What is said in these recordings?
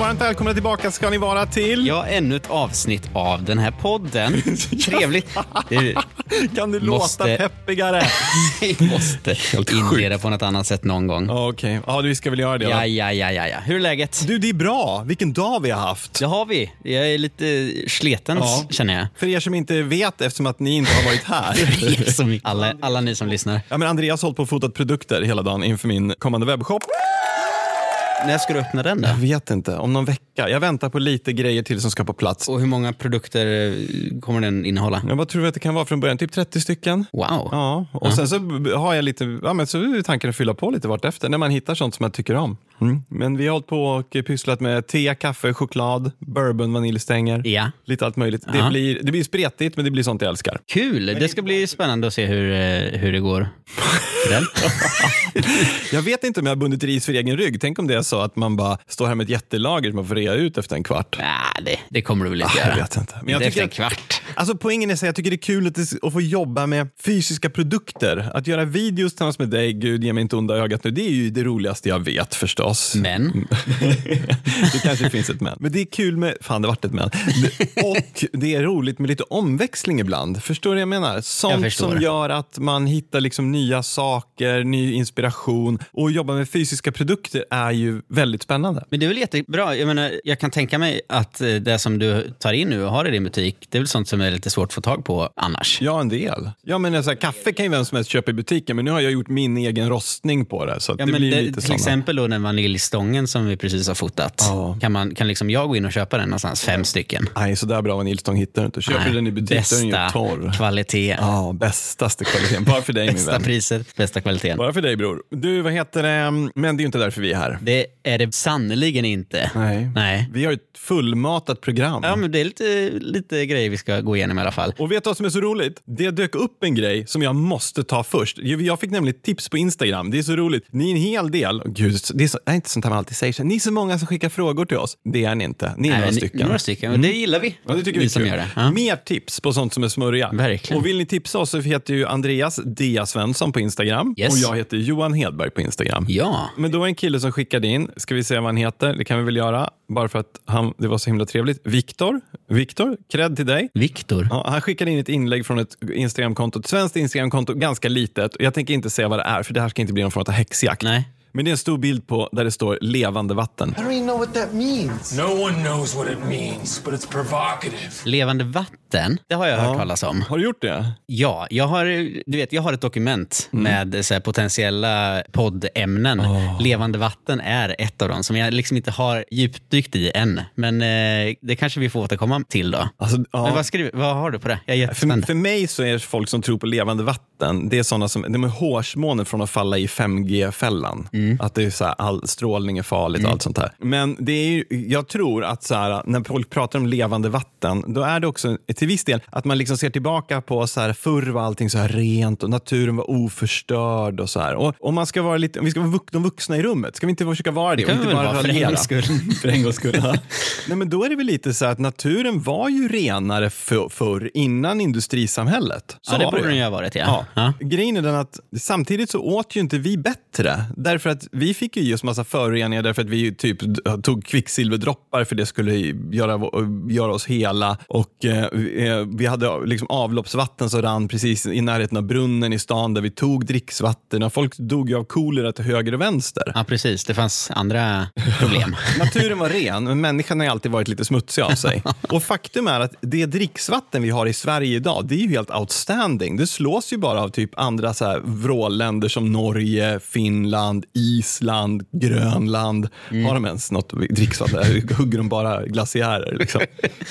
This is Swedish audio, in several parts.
Varmt välkomna tillbaka ska ni vara till... Ja, ännu ett avsnitt av den här podden. Trevligt. Det Kan du låta Måste- peppigare? vi måste sjukt. inleda på något annat sätt någon gång. Ja, Okej, ja vi ska väl göra det Ja, va? ja, ja, ja, ja. Hur är läget? Du, det är bra. Vilken dag vi har haft. Det har vi. Jag är lite sletens, Ja. känner jag. För er som inte vet, eftersom att ni inte har varit här. Som alla, alla ni som lyssnar. Ja, men Andreas har hållit på och fotat produkter hela dagen inför min kommande webbshop. När ska du öppna den då? Jag vet inte, om någon vecka. Jag väntar på lite grejer till som ska på plats. Och hur många produkter eh, kommer den innehålla? Ja, vad tror du att det kan vara från början? Typ 30 stycken? Wow. Ja, och sen så har jag lite, ja men så är tanken att fylla på lite vartefter när man hittar sånt som man tycker om. Mm. Men vi har hållit på och pysslat med te, kaffe, choklad, bourbon, vaniljstänger, Ja. lite allt möjligt. Det, Ja. blir, det blir spretigt men det blir sånt jag älskar. Kul! Det ska bli spännande att se hur, eh, hur det går. för Den. Jag vet inte om jag har bundit ris för egen rygg. Tänk om det är så att man bara står här med ett jättelager som man får rea ut efter en kvart. Nej, det, det kommer du väl inte Jag göra. vet inte. Men jag det är efter tycker en att, kvart. alltså poängen är så här, jag tycker det är kul att, det- att få jobba med fysiska produkter. Att göra videos tillsammans med dig, gud ge mig inte onda ögat nu, det är ju det roligaste jag vet förstås. Men, Det kanske finns ett men. Men det är kul med... Fan, det vart ett men. Det- Och det är roligt med lite omväxling ibland. Förstår du vad jag menar? Jag Sånt förstår. som gör att man hittar liksom nya saker, ny inspiration. Och att jobba med fysiska produkter är ju väldigt spännande. men det är väl jättebra. Jag, menar, jag kan tänka mig att eh, det som du tar in nu och har i din butik, det är väl sånt som är lite svårt att få tag på annars. Ja, en del. Ja, men alltså, kaffe kan ju vem som helst köpa i butiken, men nu har jag gjort min egen rostning på det. Så att Ja, det men blir det, lite till såna. exempel då den vaniljstången som vi precis har fotat. Ja. Kan, man, kan liksom jag gå in och köpa den någonstans? Fem stycken. Nej, så där bra vaniljstång hittar du inte. Köper du den i butik, då är den Bästa ju torr. kvalitet. Ja, bästaste kvaliteten. Bara för dig, min Bästa vän. priset, bästa kvaliteten. Bara för dig, bror. Du, vad heter det? Men det är ju inte därför vi är här. Det är det sannerligen inte. Nej. Nej. Vi har ett fullmatat program. Ja, men det är lite, lite grejer vi ska gå igenom i alla fall. Och vet du vad som är så roligt? Det dök upp en grej som jag måste ta först. Jag jag fick nämligen ett tips på Instagram. Det är så roligt. Ni är en hel del. Gud, det är, så, det är inte sånt här man alltid säger. så här, Ni är så många som skickar frågor till oss. Det är ni inte. Ni är några Nej, stycken. Mm. Några stycken, och det gillar vi. Ja, det tycker vi vi är som kul. gör det. Ja. Mer tips på sånt som är smörja. Verkligen. Och vill ni tipsa oss så heter ju Andreas Dia Svensson på Instagram. Yes. Och jag heter Johan Hedberg på Instagram. ja. Men då var det en kille som skickade in, ska vi se vad han heter, det kan vi väl göra, bara för att han, det var så himla trevligt. Viktor, Viktor, cred till dig. Viktor. Ja, han skickade in ett inlägg från ett Instagramkonto, ett svenskt Instagramkonto, ganska litet. Jag tänker inte säga vad det är, för det här ska inte bli någon form av häxjakt. Nej. Men det är en stor bild på där det står levande vatten. I don't even know what that means. No one knows what it means, but it's provocative. Levande vatten, det har jag hört talas om. Har du gjort det? Ja, jag har, du vet, jag har ett dokument Mm. med så här, potentiella poddämnen. Ah. Levande vatten är ett av dem som jag liksom inte har djupdykt i än. Men eh, det kanske vi får återkomma till då. Alltså, ja. Men vad, skriver, vad har du på det? Jag är För, jättespänd. för mig så är folk som tror på levande vatten, det är sådana som, de är hårsmånen från att falla i 5G-fällan. Mm. Att det är så här, all strålning är farligt och allt sånt här. Men det är ju, jag tror att så här, när folk pratar om levande vatten, då är det också till viss del att man liksom ser tillbaka på så här, förr var allting så här rent och naturen var oförstörd och så här. Och om man ska vara lite, om vi ska vara vux- de vuxna i rummet, ska vi inte försöka vara det? kan och vi inte väl vara för en raljera? gångs skull. för en gångs skull. ja. Nej, men då är det väl lite så här att naturen var ju renare för, förr, innan industrisamhället. Så Ja, det var borde ju. den ju ha varit, ja. Ja. Ja. Grejen är den att samtidigt så åt ju inte vi bättre. Därför att vi fick ju i oss massa föroreningar därför att vi ju typ d- tog kvicksilverdroppar för det skulle göra, vå- göra oss hela. Och eh, vi- eh, vi hade liksom avloppsvatten som rann precis i närheten av brunnen i stan där vi tog dricksvatten. Och folk dog ju av kolera till höger och vänster. ja, precis. Det fanns andra problem. Naturen var ren, men människan har ju alltid varit lite smutsig av sig. Och faktum är att det dricksvatten vi har i Sverige idag, det är ju helt outstanding. Det slås ju bara av typ andra så här vrålländer som Norge, Finland, Island, Grönland. Har de ens något dricksvatten? Hugger de bara glaciärer liksom?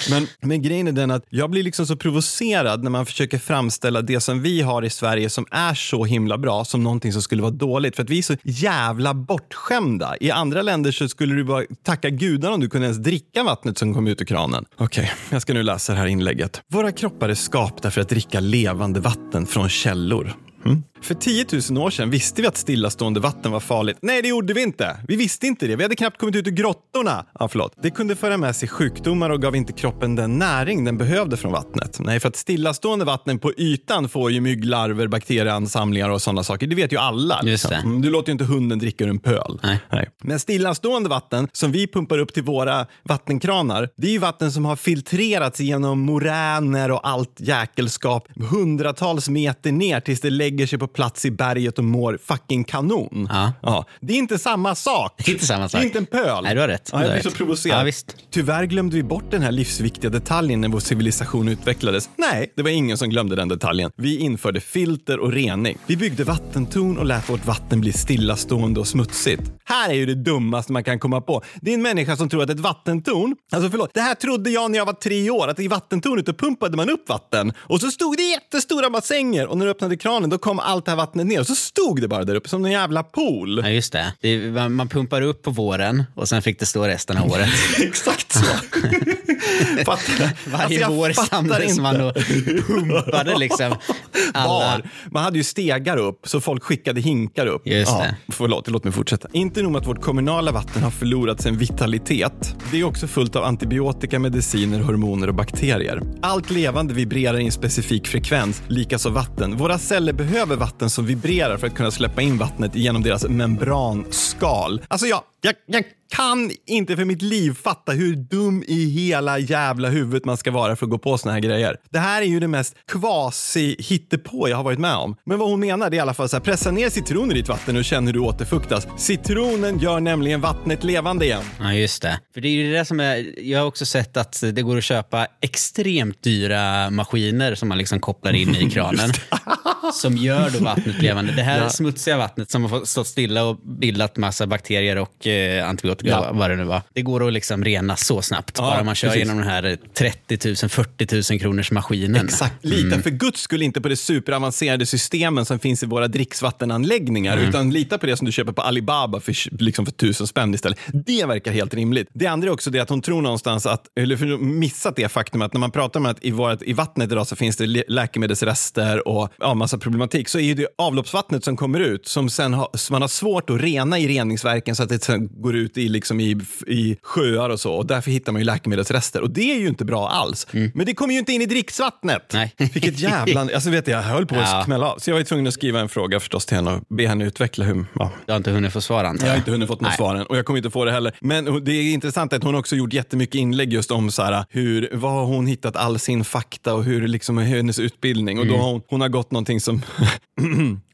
Men, men grejen är den att jag blir liksom så provocerad när man försöker framställa det som vi har i Sverige som är så himla bra som någonting som skulle vara dåligt. För att vi är så jävla bortskämda. I andra länder så skulle du bara tacka gudarna om du kunde ens dricka vattnet som kom ut ur kranen. Okej, jag ska nu läsa det här inlägget. Våra kroppar är skapta för att dricka levande vatten från källor. Mm. För 10 000 år sedan visste vi att stillastående vatten var farligt. Nej, det gjorde vi inte. Vi visste inte det. Vi hade knappt kommit ut ur grottorna. Ja, förlåt. Det kunde föra med sig sjukdomar och gav inte kroppen den näring den behövde från vattnet. Nej, för att stillastående vatten på ytan får ju mygglarver, bakterieansamlingar och sådana saker. Det vet ju alla. Just det. Mm, Du låter ju inte hunden dricka ur en pöl. Nej. Men stillastående vatten som vi pumpar upp till våra vattenkranar, det är ju vatten som har filtrerats genom moräner och allt jäkelskap hundratals meter ner tills det lägger sig på plats i berget och mår fucking kanon. Ja. Det är inte samma sak. Det är inte samma sak. Det är inte en pöl. Nej, du har rätt. Ja, jag Du har blir så rätt. provocerad. Ja, visst. Tyvärr glömde vi bort den här livsviktiga detaljen när vår civilisation utvecklades. Nej, det var ingen som glömde den detaljen. Vi införde filter och rening. Vi byggde vattentorn och lät vårt vatten bli stillastående och smutsigt. Här är ju det dummaste man kan komma på. Det är en människa som tror att ett vattentorn... Alltså förlåt, det här trodde jag när jag var tre år, att i vattentornet då pumpade man upp vatten och så stod det jättestora bassänger och när du öppnade kranen då kom allt det här vattnet ner och så stod det bara där uppe som en jävla pool. Ja, just det. det är- man, man pumpar upp på våren och sen fick det stå resten av året. Alltså, Exakt så. fattar. Varje Alltså, jag vår fattar samlades inte. man och pumpade liksom alla. Bar. Man hade ju stegar upp, så folk skickade hinkar upp. Just ja, det. Förlåt, låt mig fortsätta. Inte nog med att vårt kommunala vatten har förlorat sin vitalitet. Det är också fullt av antibiotika, mediciner, hormoner och bakterier. Allt levande vibrerar i en specifik frekvens, likaså vatten. Våra celler behöver vatten som vibrerar för att kunna släppa in vattnet genom deras membranskal. Alltså, jag, jag, jag kan inte för mitt liv fatta hur dum i hela jävla huvudet man ska vara för att gå på såna här grejer. Det här är ju det mest kvasi hittepå jag har varit med om. Men vad hon menar det är i alla fall så här, pressa ner citroner i ditt vatten och känn hur du återfuktas. Citronen gör nämligen vattnet levande igen. Ja, just det. För det är ju det där som är, jag har också sett att det går att köpa extremt dyra maskiner som man liksom kopplar in i kranen. som gör då vattnet levande. Det här smutsiga vattnet som har fått- stått stilla och bildat massa bakterier och eh, antibiotika, Ja. vad det nu var. Det går att liksom rena så snabbt. Ja, bara man kör precis. genom den här 30 000-40 000 kronors maskinen. Exakt. Lita för guds skull inte på de superavancerade systemen som finns i våra dricksvattenanläggningar, utan lita på det som du köper på Alibaba för, liksom för tusen spänn istället. Det verkar helt rimligt. Det andra är också det att hon tror någonstans att, eller för missat det faktum att när man pratar om att i, vårat, i vattnet idag så finns det lä- läkemedelsrester och ja, massa problematik, så är ju det avloppsvattnet som kommer ut som sen har, som man har svårt att rena i reningsverken så att det sen går ut i, liksom i, i sjöar och så. Och därför hittar man ju läkemedelsrester och det är ju inte bra alls. Men det kommer ju inte in i dricksvattnet. Nej. Vilket jävla... Alltså vet du, jag höll på att Ja. smälla av. Så jag var ju tvungen att skriva en fråga förstås till henne och be henne utveckla hur... Ja. Du har inte hunnit få svar antar Jag jag. har inte hunnit fått något svar än och jag kommer inte få det heller. Men det är intressant att hon också gjort jättemycket inlägg just om så här, hur, vad har hon hittat all sin fakta och hur liksom är hennes utbildning. Och Mm. då har hon, hon har gått någonting som,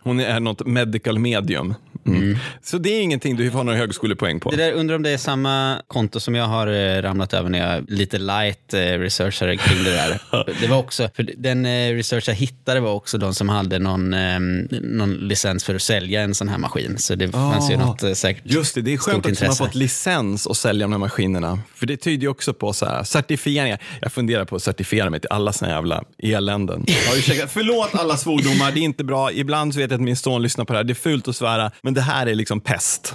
hon är något medical medium. Mm. Så det är ingenting du har några högskolepoäng på. Det där, undrar om det är samma konto som jag har eh, ramlat över när jag lite light eh, researchade kring det där. Det var också, för den eh, research jag hittade var också de som hade någon, eh, någon licens för att sälja en sån här maskin. Så det fanns ju något eh, säkert Ah, Just det, det är stort skönt att man har intresse. fått licens att sälja de här maskinerna. För det tyder ju också på så här, certifieringar. Jag funderar på att certifiera mig till alla såna jävla eländen. Ja, ursäkta, förlåt alla svordomar, det är inte bra. Ibland så vet jag att min son lyssnar på det här. Det är fult att svära, men det här är liksom pest.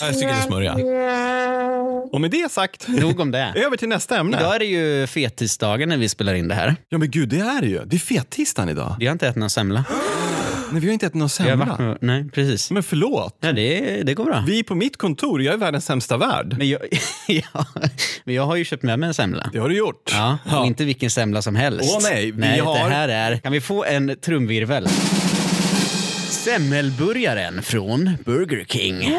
Jag tycker det är smörja. Och med det sagt, Nog om det. över till nästa ämne. Idag är det ju fettisdagen när vi spelar in det här. Ja men gud, det är det ju. Det är fettisdagen idag. Vi har inte ätit någon semla. Nej, vi har inte ätit någon Vi har Ah, semla. varit, nej, precis. Men förlåt. Ja, det, det går bra. Vi på mitt kontor, jag är världens sämsta värd. Men jag, ja, men jag har ju köpt med mig en semla. Det har du gjort. Ja, och Ja. inte vilken semla som helst. Åh, nej, vi det har- här är... Kan vi få en trumvirvel? Semmelburgaren från Burger King.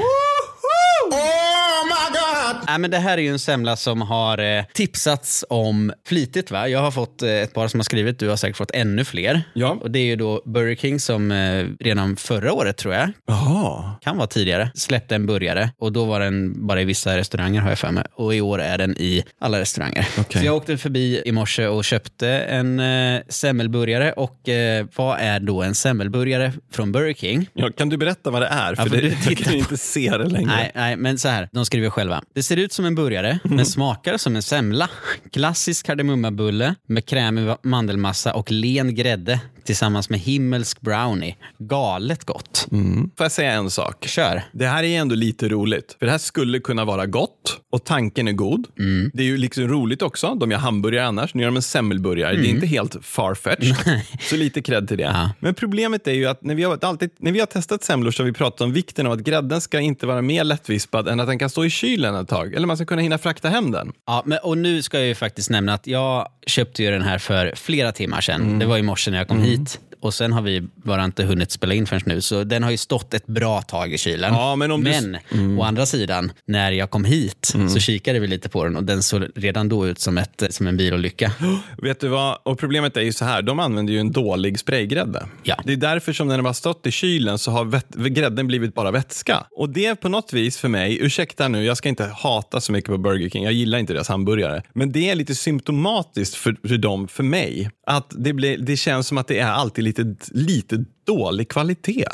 Nej, men det här är ju en semla som har eh, tipsats om flitigt. Va? Jag har fått eh, ett par som har skrivit, du har säkert fått ännu fler. Ja. Och Det är ju då Burger King som eh, redan förra året, tror jag, Jaha. kan vara tidigare, släppte en burgare och då var den bara i vissa restauranger har jag för mig och i år är den i alla restauranger. Okej. Så jag åkte förbi i morse och köpte en eh, semmelburgare och eh, vad är då en semmelburgare från Burger King? Ja, kan du berätta vad det är? För får det, du jag titta kan ju inte se det längre. Nej, nej, men så här, de skriver själva. Det Det ser ut som en burgare, men smakar som en semla. Klassisk kardemummabulle med krämig va- mandelmassa och len grädde tillsammans med himmelsk brownie. Galet gott. Mm. Får jag säga en sak? Kör. Det här är ändå lite roligt, för det här skulle kunna vara gott och tanken är god. Det är ju liksom roligt också. De gör hamburgare annars, nu gör de en semmelburgare. Det är inte helt farfetched, så lite cred till det. Men problemet är ju att när vi, har alltid, när vi har testat semlor så har vi pratat om vikten av att grädden ska inte vara mer lättvispad än att den kan stå i kylen ett tag, eller man ska kunna hinna frakta hem den. Ja, men, och nu ska jag ju faktiskt nämna att jag köpte ju den här för flera timmar sedan. Mm. Det var i morse när jag kom hit. Och sen har vi bara inte hunnit spela in förrän nu, så den har ju stått ett bra tag i kylen. Ja, men om du- Mm. å andra sidan, när jag kom hit så kikade vi lite på den och den såg redan då ut som, ett, som en bilolycka. Vet du vad? Och problemet är ju så här, de använder ju en dålig spraygrädde. Ja. Det är därför som när den har stått i kylen så har vet- grädden blivit bara vätska. Och det på något vis för mig, ursäkta nu, jag ska inte hata så mycket på Burger King, jag gillar inte deras hamburgare. Men det är lite symptomatiskt för, för dem, för mig, att det, blir, det känns som att det är alltid lite, lite dålig kvalitet.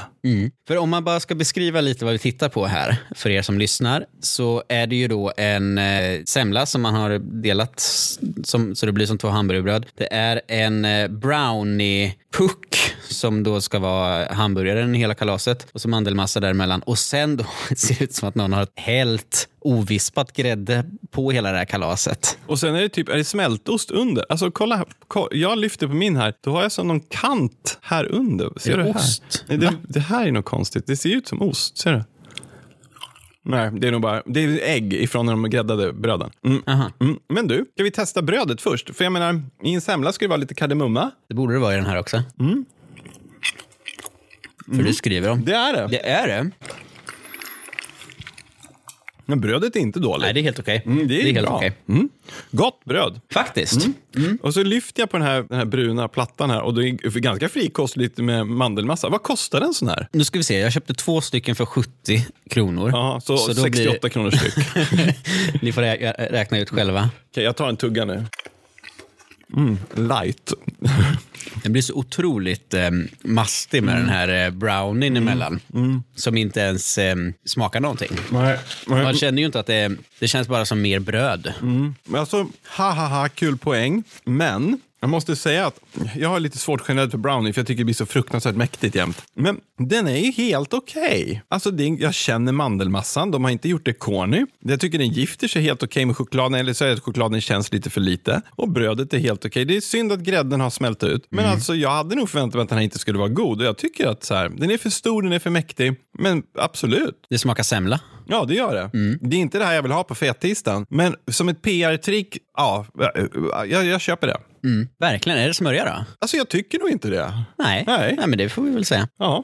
För om man bara ska beskriva lite vad vi tittar på här, för er som lyssnar, så är det ju då en eh, semla som man har delat s- som, så det blir som två hamburgerbröd. Det är en eh, brownie-puck som då ska vara hamburgaren i hela kalaset och så mandelmassa däremellan. Och sen då ser det ut som att någon har hällt ovispat grädde på hela det här kalaset. Och sen är det typ är det smältost under. Alltså kolla, här. Ko- jag lyfter på min här. Då har jag som någon kant här under. Ser Är det du här? ost? Nej, det, det här är något konstigt. Det ser ut som ost. Ser du? Nej, det är nog bara det är ägg ifrån när de gräddade bröden. Mm. Aha. Mm. Men du, ska vi testa brödet först? För jag menar, i en semla ska det vara lite kardemumma. Det borde det vara i den här också. Mm. För du skriver om. Det är det. Det är det. Men brödet är inte dåligt. Nej, det är helt okej. Mm, det är helt bra. Mm. okej. Mm. Gott bröd. Faktiskt. Och så lyfter jag på den här, den här bruna plattan här och det är ganska frikostligt med mandelmassa. Vad kostar en sån här? Nu ska vi se, jag köpte två stycken för 70 kronor. Ja, så, Så då 68 blir- kronor styck. Ni får rä- räkna ut själva. Okej, jag tar en tugga nu. Mm, light. Den blir så otroligt eh, mastig med den här eh, brownien emellan. Mm. Som inte ens eh, smakar någonting. Nej, Man känner ju inte att det, det känns bara som mer bröd. Men alltså, ha ha ha, kul poäng. Men jag måste säga att jag har lite svårt generellt för brownie för jag tycker det blir så fruktansvärt mäktigt jämt. Men den är ju helt okej. Alltså, det är, jag känner mandelmassan, de har inte gjort det corny. Jag tycker den gifter sig helt okej med chokladen, eller så är det att chokladen känns lite för lite. Och brödet är helt okej. Det är synd att grädden har smält ut. Men alltså, jag hade nog förväntat mig att den här inte skulle vara god. Och jag tycker att så här, den är för stor, den är för mäktig. Men absolut. Det smakar semla. Ja, det gör det. Mm. Det är inte det här jag vill ha på fettisdagen. Men som ett PR-trick, ja, jag, jag köper det. Verkligen. Är det smörja då? Alltså jag tycker nog inte det. Nej. Nej. men det får vi väl säga. Ja.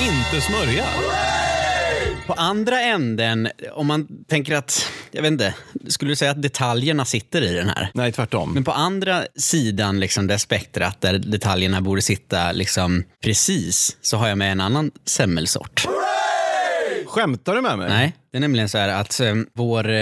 Inte smörja. På andra änden, om man tänker att, jag vet inte, skulle du säga att detaljerna sitter i den här? Nej, tvärtom. Men på andra sidan liksom det spektrat där detaljerna borde sitta liksom precis så har jag med en annan semmelsort. Skämtar du med mig? Nej, det är nämligen så här att eh, vår eh,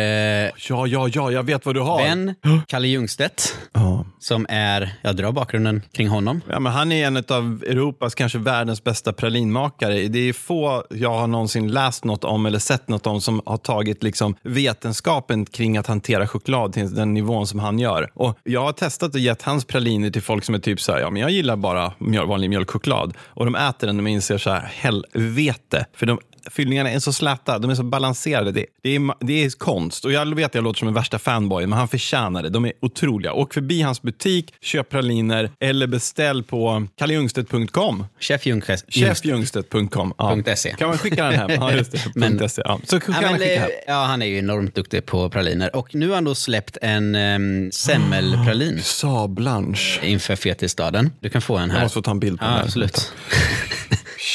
Ja, ja, ja, jag vet vad du har. vän Kalle Ljungstedt Ja. som är, jag drar bakgrunden kring honom. Ja, men han är en av Europas, kanske världens bästa pralinmakare. Det är få jag har någonsin läst något om eller sett något om som har tagit liksom vetenskapen kring att hantera choklad till den nivån som han gör. Och Jag har testat och gett hans praliner till folk som är typ så här, ja men jag gillar bara mjöl, vanlig mjölkchoklad. Och de äter den och de inser så här, helvete. För de Fyllningarna är så släta, de är så balanserade. Det, det, är, ma- det är konst. Och Jag vet att jag låter som en värsta fanboy, men han förtjänar det. De är otroliga. Åk förbi hans butik, köp praliner eller beställ på kallejungstedt.com. Chef Ljungstedt. Chefjungstedt.com. Ja. .se. Kan man skicka den hem? Ja, just det. E. Men- .se. Ja. Så kan Ja, man men, skicka eh, hem. ja, han är ju enormt duktig på praliner och nu har han då släppt en eh, semmelpralin Sablanche. inför fetisdagen. Du kan få en här. Ah. Jag måste få ta en bild på ja, den här. absolut.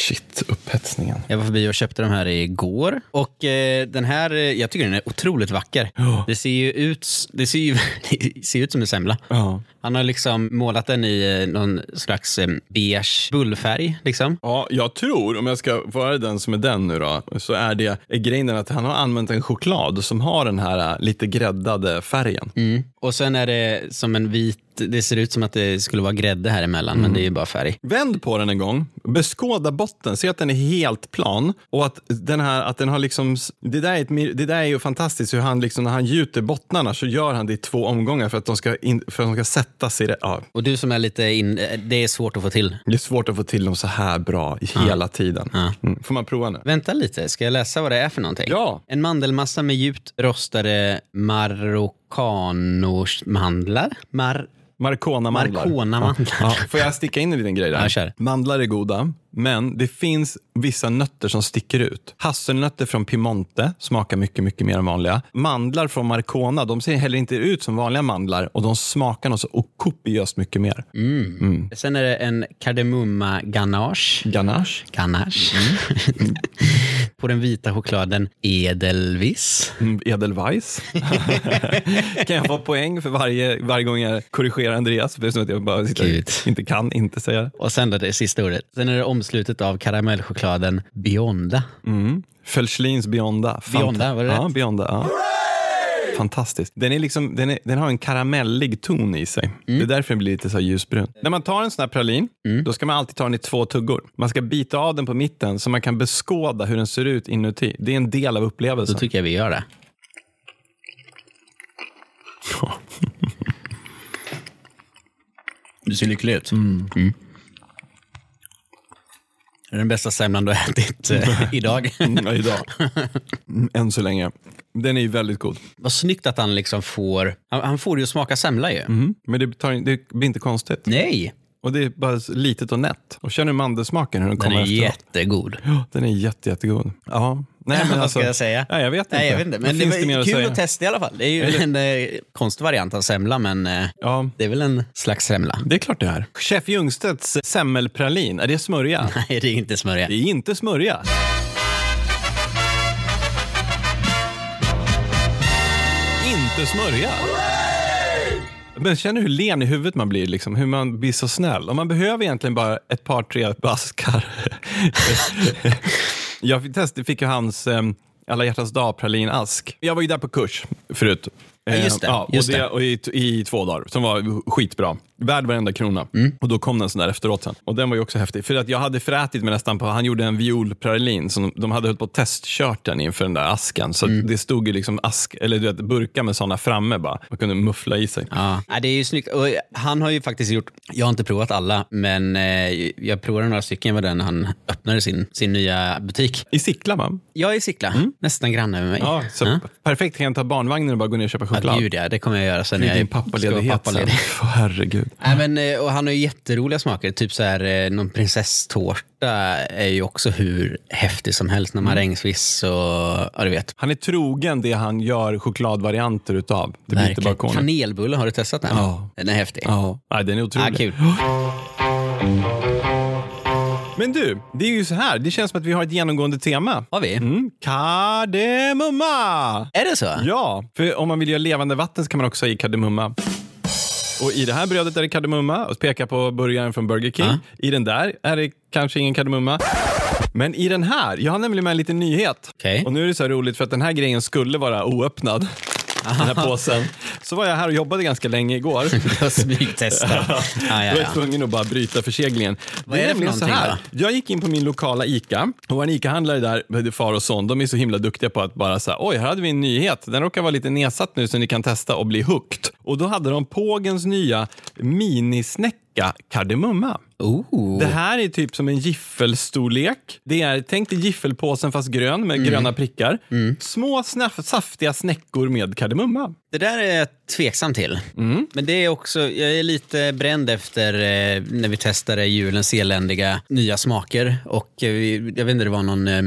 Shit, upphetsningen. Jag var förbi och köpte de här igår. Och eh, den här, eh, jag tycker den är otroligt vacker. Det ser ju ut, det ser ju, det ser ju ut som en semla. Ja. Han har liksom målat den i eh, någon slags eh, beige bullfärg. Liksom. Ja, jag tror, om jag ska vara den som är den nu då, så är det är grejen den att han har använt en choklad som har den här eh, lite gräddade färgen. Och sen är det som en vit, det ser ut som att det skulle vara grädde här emellan, men det Mm. är ju bara färg. Vänd på den en gång, beskåda botten, se att den är helt plan och att den här, att den har liksom, det där är, ett, mir- det där är ju fantastiskt hur han liksom, när han gjuter bottnarna så gör han det i två omgångar för att de ska, in, för att de ska sätta sig i det. Ja, Och du som är lite in, eh, det är svårt att få till. det är svårt att få till dem så här bra hela tiden. Mm. Får man prova nu? Vänta lite, ska jag läsa vad det är för någonting? Ja. En mandelmassa med djupt rostade maroccanomandlar? Mar- Marcona-mandlar. Marcona-mandlar. Ja, får jag sticka in en liten grej där? Ja, kör. Mandlar är goda, men det finns vissa nötter som sticker ut. Hasselnötter från Piemonte smakar mycket, mycket mer än vanliga. Mandlar från Marcona, de ser heller inte ut som vanliga mandlar och de smakar något så kopiöst mycket mer. Mm. Sen är det en kardemumma ganache. Ganache? Ganache. Mm. På den vita chokladen Edelweiss. Mm, Edelweiss? kan jag få poäng för varje, varje gång jag korrigerar Andreas? För det är som att jag bara sitter, Gud. inte kan inte säga det. Och sen då det sista ordet. Sen är det omslutet av karamellchokladen Bionda. Felschlins Bionda. Fanta- Bionda, var det Ja, rätt? Bionda. Ja. Fantastiskt. Den, är liksom, den, är, den har en karamellig ton i Mm. sig. Det är därför den blir lite så här ljusbrun. När man tar en sån här pralin, Mm. då ska man alltid ta den i två tuggor. Man ska bita av den på mitten så man kan beskåda hur den ser ut inuti. Det är en del av Då upplevelsen. tycker jag vi gör det. Du ser lycklig ut. Mm. Det är den bästa semlan du har ätit eh, idag. Mm, ja, idag. Mm, Än så länge. Den är ju väldigt god. Vad snyggt att han liksom får... Han, han får ju smaka semla ju. Mm. Men det, tar, det blir inte konstigt. Nej, Och det är bara litet och nätt. Och känner du mandelsmaken hur den den kommer är efteråt? jättegod. Ja, Den är jätte, jättegod. Ja. Nej, men Vad alltså, ska jag säga? Nej, jag vet inte. Nej, jag vet inte. Men Vad finns det det mer var att kul säga? att, testa i alla fall. Det är ju en eh, konstig variant av semla, men eh, Ja, det är väl en slags semla. det är klart det är. Chef Ljungstedts semmelpralin, är det smörja? Nej, det är inte smörja. Det är inte smörja. Inte smörja. Men känner du hur len i huvudet man blir? Liksom, hur man blir så snäll? Och man behöver egentligen bara ett par, tre baskar. jag fick, test, fick ju hans em, alla hjärtans dag-pralinask. Jag var ju där på kurs förut. Ja, just det, Eh, och just det. och i, i två dagar, som var skitbra. Värd varenda krona. Mm. Och då kom den sån där efteråt sen. Och den var ju också häftig. För att jag hade förätit mig nästan på, han gjorde en violpralin, som de hade hållit på att testkört den inför den där askan. Så Mm. att det stod ju liksom ask, eller du vet, burkar med såna framme bara. Man kunde muffla i sig. Ja, nej, det är ju snyggt. Och han har ju faktiskt gjort, jag har inte provat alla, men eh, jag provade några stycken med den han öppnade sin, sin nya butik. I Sickla va? Jag är i Sickla, nästan granne med mig. Mm. Ja, så perfekt kan jag ta barnvagnen och bara gå ner och köpa choklad. Ja, gud ja, det kommer jag göra sen Det när är din jag ska vara pappaledighet sen. pappaledig. Åh, Herregud. Nej, men, eh, och han har ju jätteroliga smaker. Typ så här, eh, någon prinsesstårta är ju också hur häftig som helst. Mm. Någon marängsviss och ja, du vet. Han är trogen det han gör chokladvarianter utav. Det blir inte bara Verkligen. korn. Kanelbulle, har du testat den? Ja. Den är häftig. Ja, Nej, den är Ah, otrolig. kul. Men du, det är ju så här. Det känns som att vi har ett genomgående tema. Har vi? Mm. Kardemumma! Är det så? Ja, för om man vill göra levande vatten så kan man också ha i kardemumma. Och i det här brödet är det kardemumma och pekar på burgaren från Burger King. I den där är det kanske ingen kardemumma. Men i den här, jag har nämligen med en liten nyhet. Okej. Och nu är det så här roligt för att den här grejen skulle vara oöppnad. Den här påsen. Så var jag här och jobbade ganska länge igår. Jag smygtestar. Ah, ja, ja, Jag ja. var tvungen att bara bryta förseglingen. Vad är det för nämligen någonting Jag gick in på min lokala ICA och var en ICA-handlare där, det är far och son, de är så himla duktiga på att bara säga oj, här hade vi en nyhet. Den råkar vara lite nedsatt nu så ni kan testa och bli hooked. Och då hade de Pågens nya minisnäcka kardemumma. Oh. Det här är typ som en giffelstorlek. Det är, tänk dig giffelpåsen fast grön Mm. med gröna prickar. Små snaff- saftiga snäckor med kardemumma. Det där är jag tveksam till. Mm. Men det är också, jag är lite bränd efter eh, när vi testade julens eländiga nya smaker. Och eh, vi- jag vet inte, det var någon eh,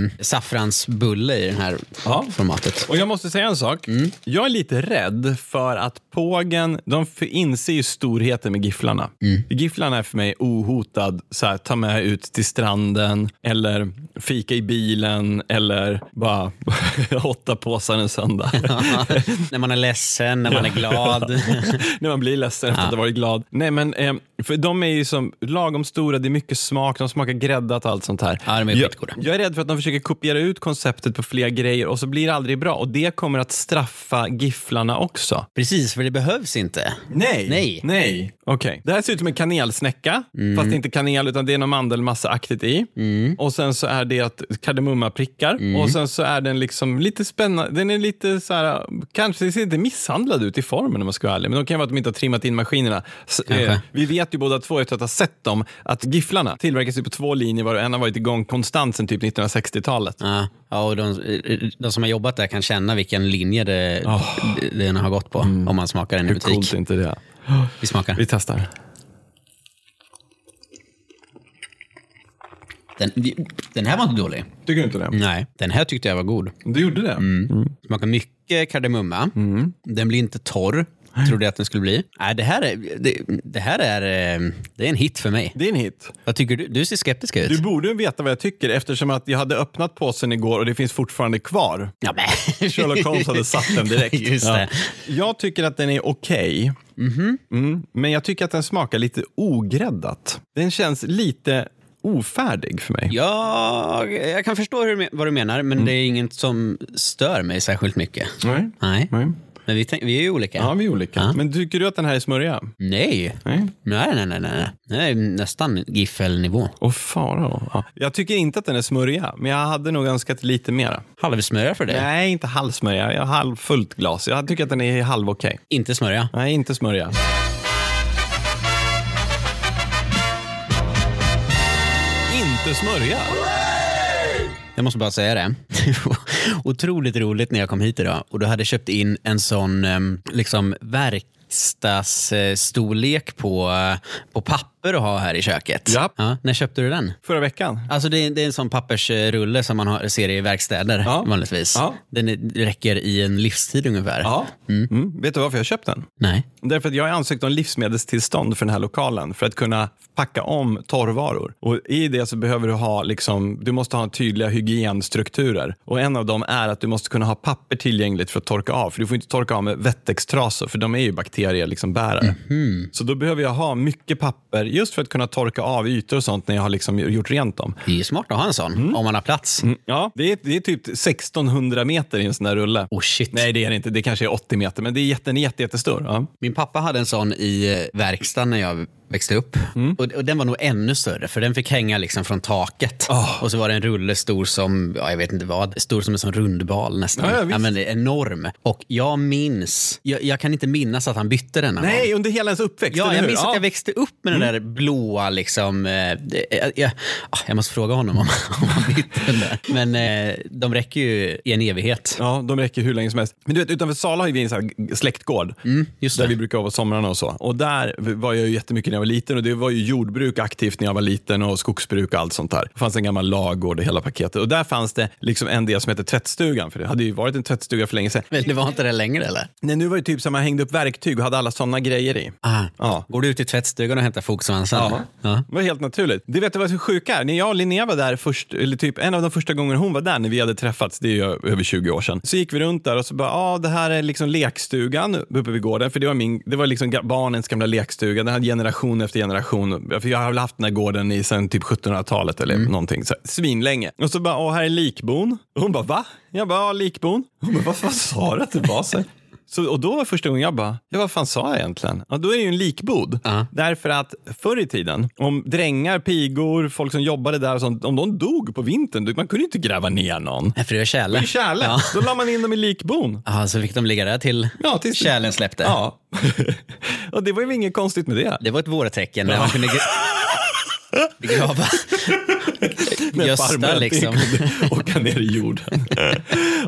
saffransbulle i det här Ja. formatet. Och jag måste säga en sak. Mm. Jag är lite rädd Mm. för att pågen, de för- inser ju storheten med gifflarna. Gifflarna är för mig oho hotad, så här, ta med ut till stranden eller fika i bilen eller bara åtta påsar en söndag. när man är ledsen, när man är glad. när man blir ledsen efter att ha varit glad. Nej, men, eh, för de är ju som lagom stora, det är mycket smak, de smakar gräddat och allt sånt här. Ja, de är jag, skitgoda. jag är rädd för att de försöker kopiera ut konceptet på fler grejer och så blir det aldrig bra. Och det kommer att straffa gifflarna också. Precis, för det behövs inte. Nej. Nej. Nej. Okej. Det här ser ut som en kanelsnäcka, fast det är inte kanel utan det är någon mandelmassaaktigt i. Och sen så är det att kardemummaprickar och sen så är den liksom lite spännande. Den är lite så här, kanske ser inte misshandlad ut i formen om man ska vara ärlig, men det kan ju vara att de inte har trimmat in maskinerna. S- eh, vi vet ju båda två efter att ha sett dem att gifflarna tillverkas ju på två linjer var och en har varit igång konstant sedan typ 1960-talet. Ja, ja, och de, de som har jobbat där kan känna vilken linje det, den har gått på om man smakar den i Ah. Mm. Hur coolt butik. är inte det? Vi smakar. Vi testar. Den, den här var inte dålig. Tycker du inte det? Nej, den här tyckte jag var god. Du gjorde det? Smakar mycket kardemumma. Mm. Den blir inte torr. Trodde jag att den skulle bli. Nej, det här är, det, det här är, eh, det är en hit för mig. Det är en hit. Vad tycker du? Du ser skeptisk ut. Du borde veta vad jag tycker eftersom att jag hade öppnat påsen igår och det finns fortfarande kvar. Ja, men. Sherlock Holmes hade satt den direkt. Just det. Jag tycker att den är okej, mm, men jag tycker att den smakar lite ogräddat. Den känns lite ofärdig för mig. Ja, jag kan förstå hur, du men- vad du menar, men det är inget som stör mig särskilt mycket. Nej. Nej, Nej. men vi, tänk- vi är ju olika. Ja, vi är olika. Men tycker du att den här är smörja? Nej. Nej. Nej, nej, nej, nej. nej. Det är nästan giffelnivå. Och fara då. ja. Jag tycker inte att den är smörja, men jag hade nog önskat lite mera. Halvsmörja för dig. Nej, inte halvsmörja. Jag har halvfullt glas. Jag tycker att den är halv okej. Inte smörja. Nej, inte smörja. Inte smörja? Jag måste bara säga det. Otroligt roligt när jag kom hit idag och du hade köpt in en sån em, liksom verkstadsstorlek på, eh, på papper att ha här i köket. Japp. Ja, när köpte du den? Förra veckan? Alltså det, är, det är en sån pappersrulle som man har, ser i verkstäder Ja. vanligtvis. Ja. Den är- räcker i en livstid ungefär. Ja. Mm. Vet du varför jag köpte den? Nej. Därför att jag har ansökt om livsmedelstillstånd för den här lokalen för att kunna packa om torrvaror. Och I det så behöver du ha, liksom, du måste ha tydliga hygienstrukturer. Och En av dem är att du måste kunna ha papper tillgängligt för att torka av. För Du får inte torka av med wettextrasor för de är ju bakterier, liksom bärare. Mhm. Så då behöver jag ha mycket papper just för att kunna torka av ytor och sånt när jag har liksom gjort rent dem. Det är ju smart att ha en sån Mm. om man har plats. Ja, det är, det är typ 1600 meter i en sån där rulle. Oh shit. Nej, det är det inte. Det kanske är 80 meter, men det är jätte, den är jätte, jättestor. Ja. Min pappa hade en sån i eh, verkstaden när jag växte upp. Mm. Och, och Den var nog ännu större, för den fick hänga liksom från taket. Och så var det en rulle stor som, ja, jag vet inte vad, stor som en sån rundbal nästan. Ja, ja, visst. men det är enorm. Och jag minns, jag, jag kan inte minnas att han bytte den. någon gång. Nej, under hela ens uppväxt. Ja, eller jag hur? Mm. minns att jag växte upp med den där blåa liksom... Eh, jag, jag, ah, jag måste fråga honom om, om han bytte den där. Men eh, de räcker ju i en evighet. Ja, de räcker hur länge som helst. Men du vet, utanför Sala har ju vi en sån här släktgård. Mm, Just Där det. vi brukar vara på somrarna och så. Och där var jag ju jättemycket när jag var liten. Och det var ju jordbruk aktivt när jag var liten och skogsbruk och allt sånt där. Det fanns en gammal lagård och hela paketet. Och där fanns det liksom en del som hette tvättstugan. För det hade ju varit en tvättstuga för länge sedan. Men det var inte det längre eller? Nej, nu var det typ så att man hängde upp verktyg och hade alla såna grejer i. Ah. Ja. Går du ut i tvättstugan och hämtar fogsvansen? Ja. Det var helt naturligt. Det vet du vad det sjuka är? När jag och Linnea var där först, eller typ en av de första gångerna hon var där när vi hade träffats, det är ju över 20 år sedan, så gick vi runt där och så bara, ja ah, det här är liksom lekstugan uppe vid gården, för det var, min, det var liksom ga- barnens gamla lekstuga, den hade generation efter generation, för jag har väl haft den här gården i sen typ 1700-talet eller någonting, så här, svinlänge. Och så bara, åh här är likbon. Och hon bara, va? Jag bara, ja likbon. Hon bara, vad, vad sa du att det var? Så här? Så, och då var första gången jag bara, ja, vad fan sa jag egentligen? Ja, då är det ju en likbod. Därför att förr i tiden, om drängar, pigor, folk som jobbade där och sånt, om de dog på vintern, då- man kunde ju inte gräva ner någon. För det är tjäle. I kärle. Ja. Då la man in dem i likbon. Ah, så fick de ligga där till Ja, tills- kärlen släppte. Ja. och det var ju inget konstigt med det. Det var ett vårtecken när man kunde gra- begrava När Gösta farmen liksom. kunde Åka ner i jorden.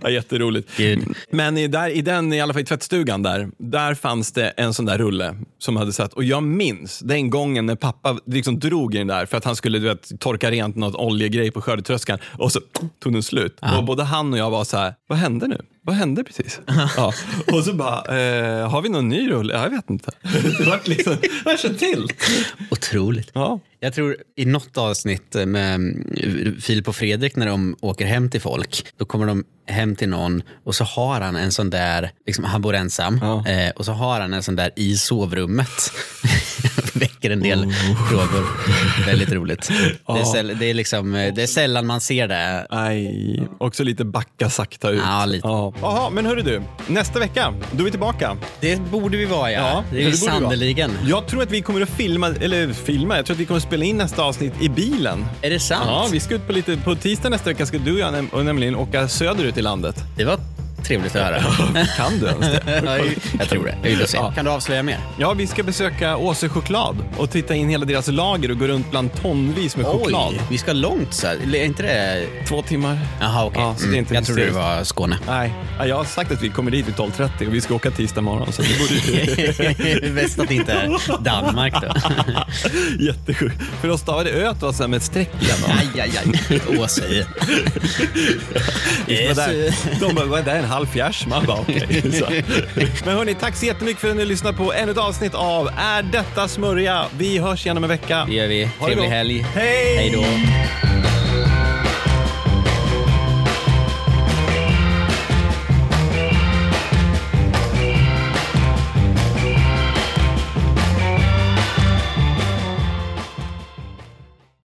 ja, jätteroligt. Gud. Men i, där, i den, i alla fall i tvättstugan där, där fanns det en sån där rulle som hade satt. Och jag minns den gången när pappa liksom drog i den där för att han skulle du vet, torka rent något oljegrej på skördetröskan och så tog den slut. Och både han och jag var så här, vad hände nu? Vad hände precis? Ja. Och så bara, eh, har vi någon ny rulle? Ja, jag vet inte. Det vart liksom, vart så till. Otroligt. Ja. Jag tror i något avsnitt med mm, Filip och Fredrik när de åker hem till folk, då kommer de hem till någon och så har han en sån där, liksom, han bor ensam, eh, och så har han en sån där i sovrummet. Väcker en del frågor. Väldigt roligt. Det, är säll, det, är liksom, eh, det är sällan man ser det. Aj, också lite backa sakta ut. Ja, lite. Ja. Jaha, men hörru du. Nästa vecka, då är vi tillbaka. Det borde vi vara ja. Ja, det är vi det borde vi vara. sannerligen. Jag tror att vi kommer att filma, eller filma, jag tror att vi kommer att spela in nästa avsnitt i bilen. Är det sant? Ja, vi ska ut på lite, på tisdag nästa vecka ska du och jag näm- och nämligen åka söderut i landet. Det var trevligt att höra. Kan du ens det? jag tror det. Jag vill se. Ja. Kan du avslöja mer? Ja, vi ska besöka Åse choklad och titta in hela deras lager och gå runt bland tonvis med choklad. Oj, vi ska långt så här. Eller Är inte det... Två timmar. Jaha, okej. Ja, så det är Mm, inte jag trodde det mysteriöst. var Skåne. Nej, ja, jag har sagt att vi kommer dit vid 12.30 och vi ska åka tisdag morgon. Så det borde ju... Bäst att det inte är Danmark då. Jättesjukt. För de stavade öet var så här med ett streck igenom. aj, aj, aj. Åsa i. Vad där- Yes. De bara, vad är det här, en halv fjärs? Man bara, okej. Så. Men hörni, tack så jättemycket för att ni lyssnar på ännu ett avsnitt av Är detta smörja? Vi hörs igen om en vecka. Det gör vi. Ha det Trevlig gott. helg. Hej! Hej då.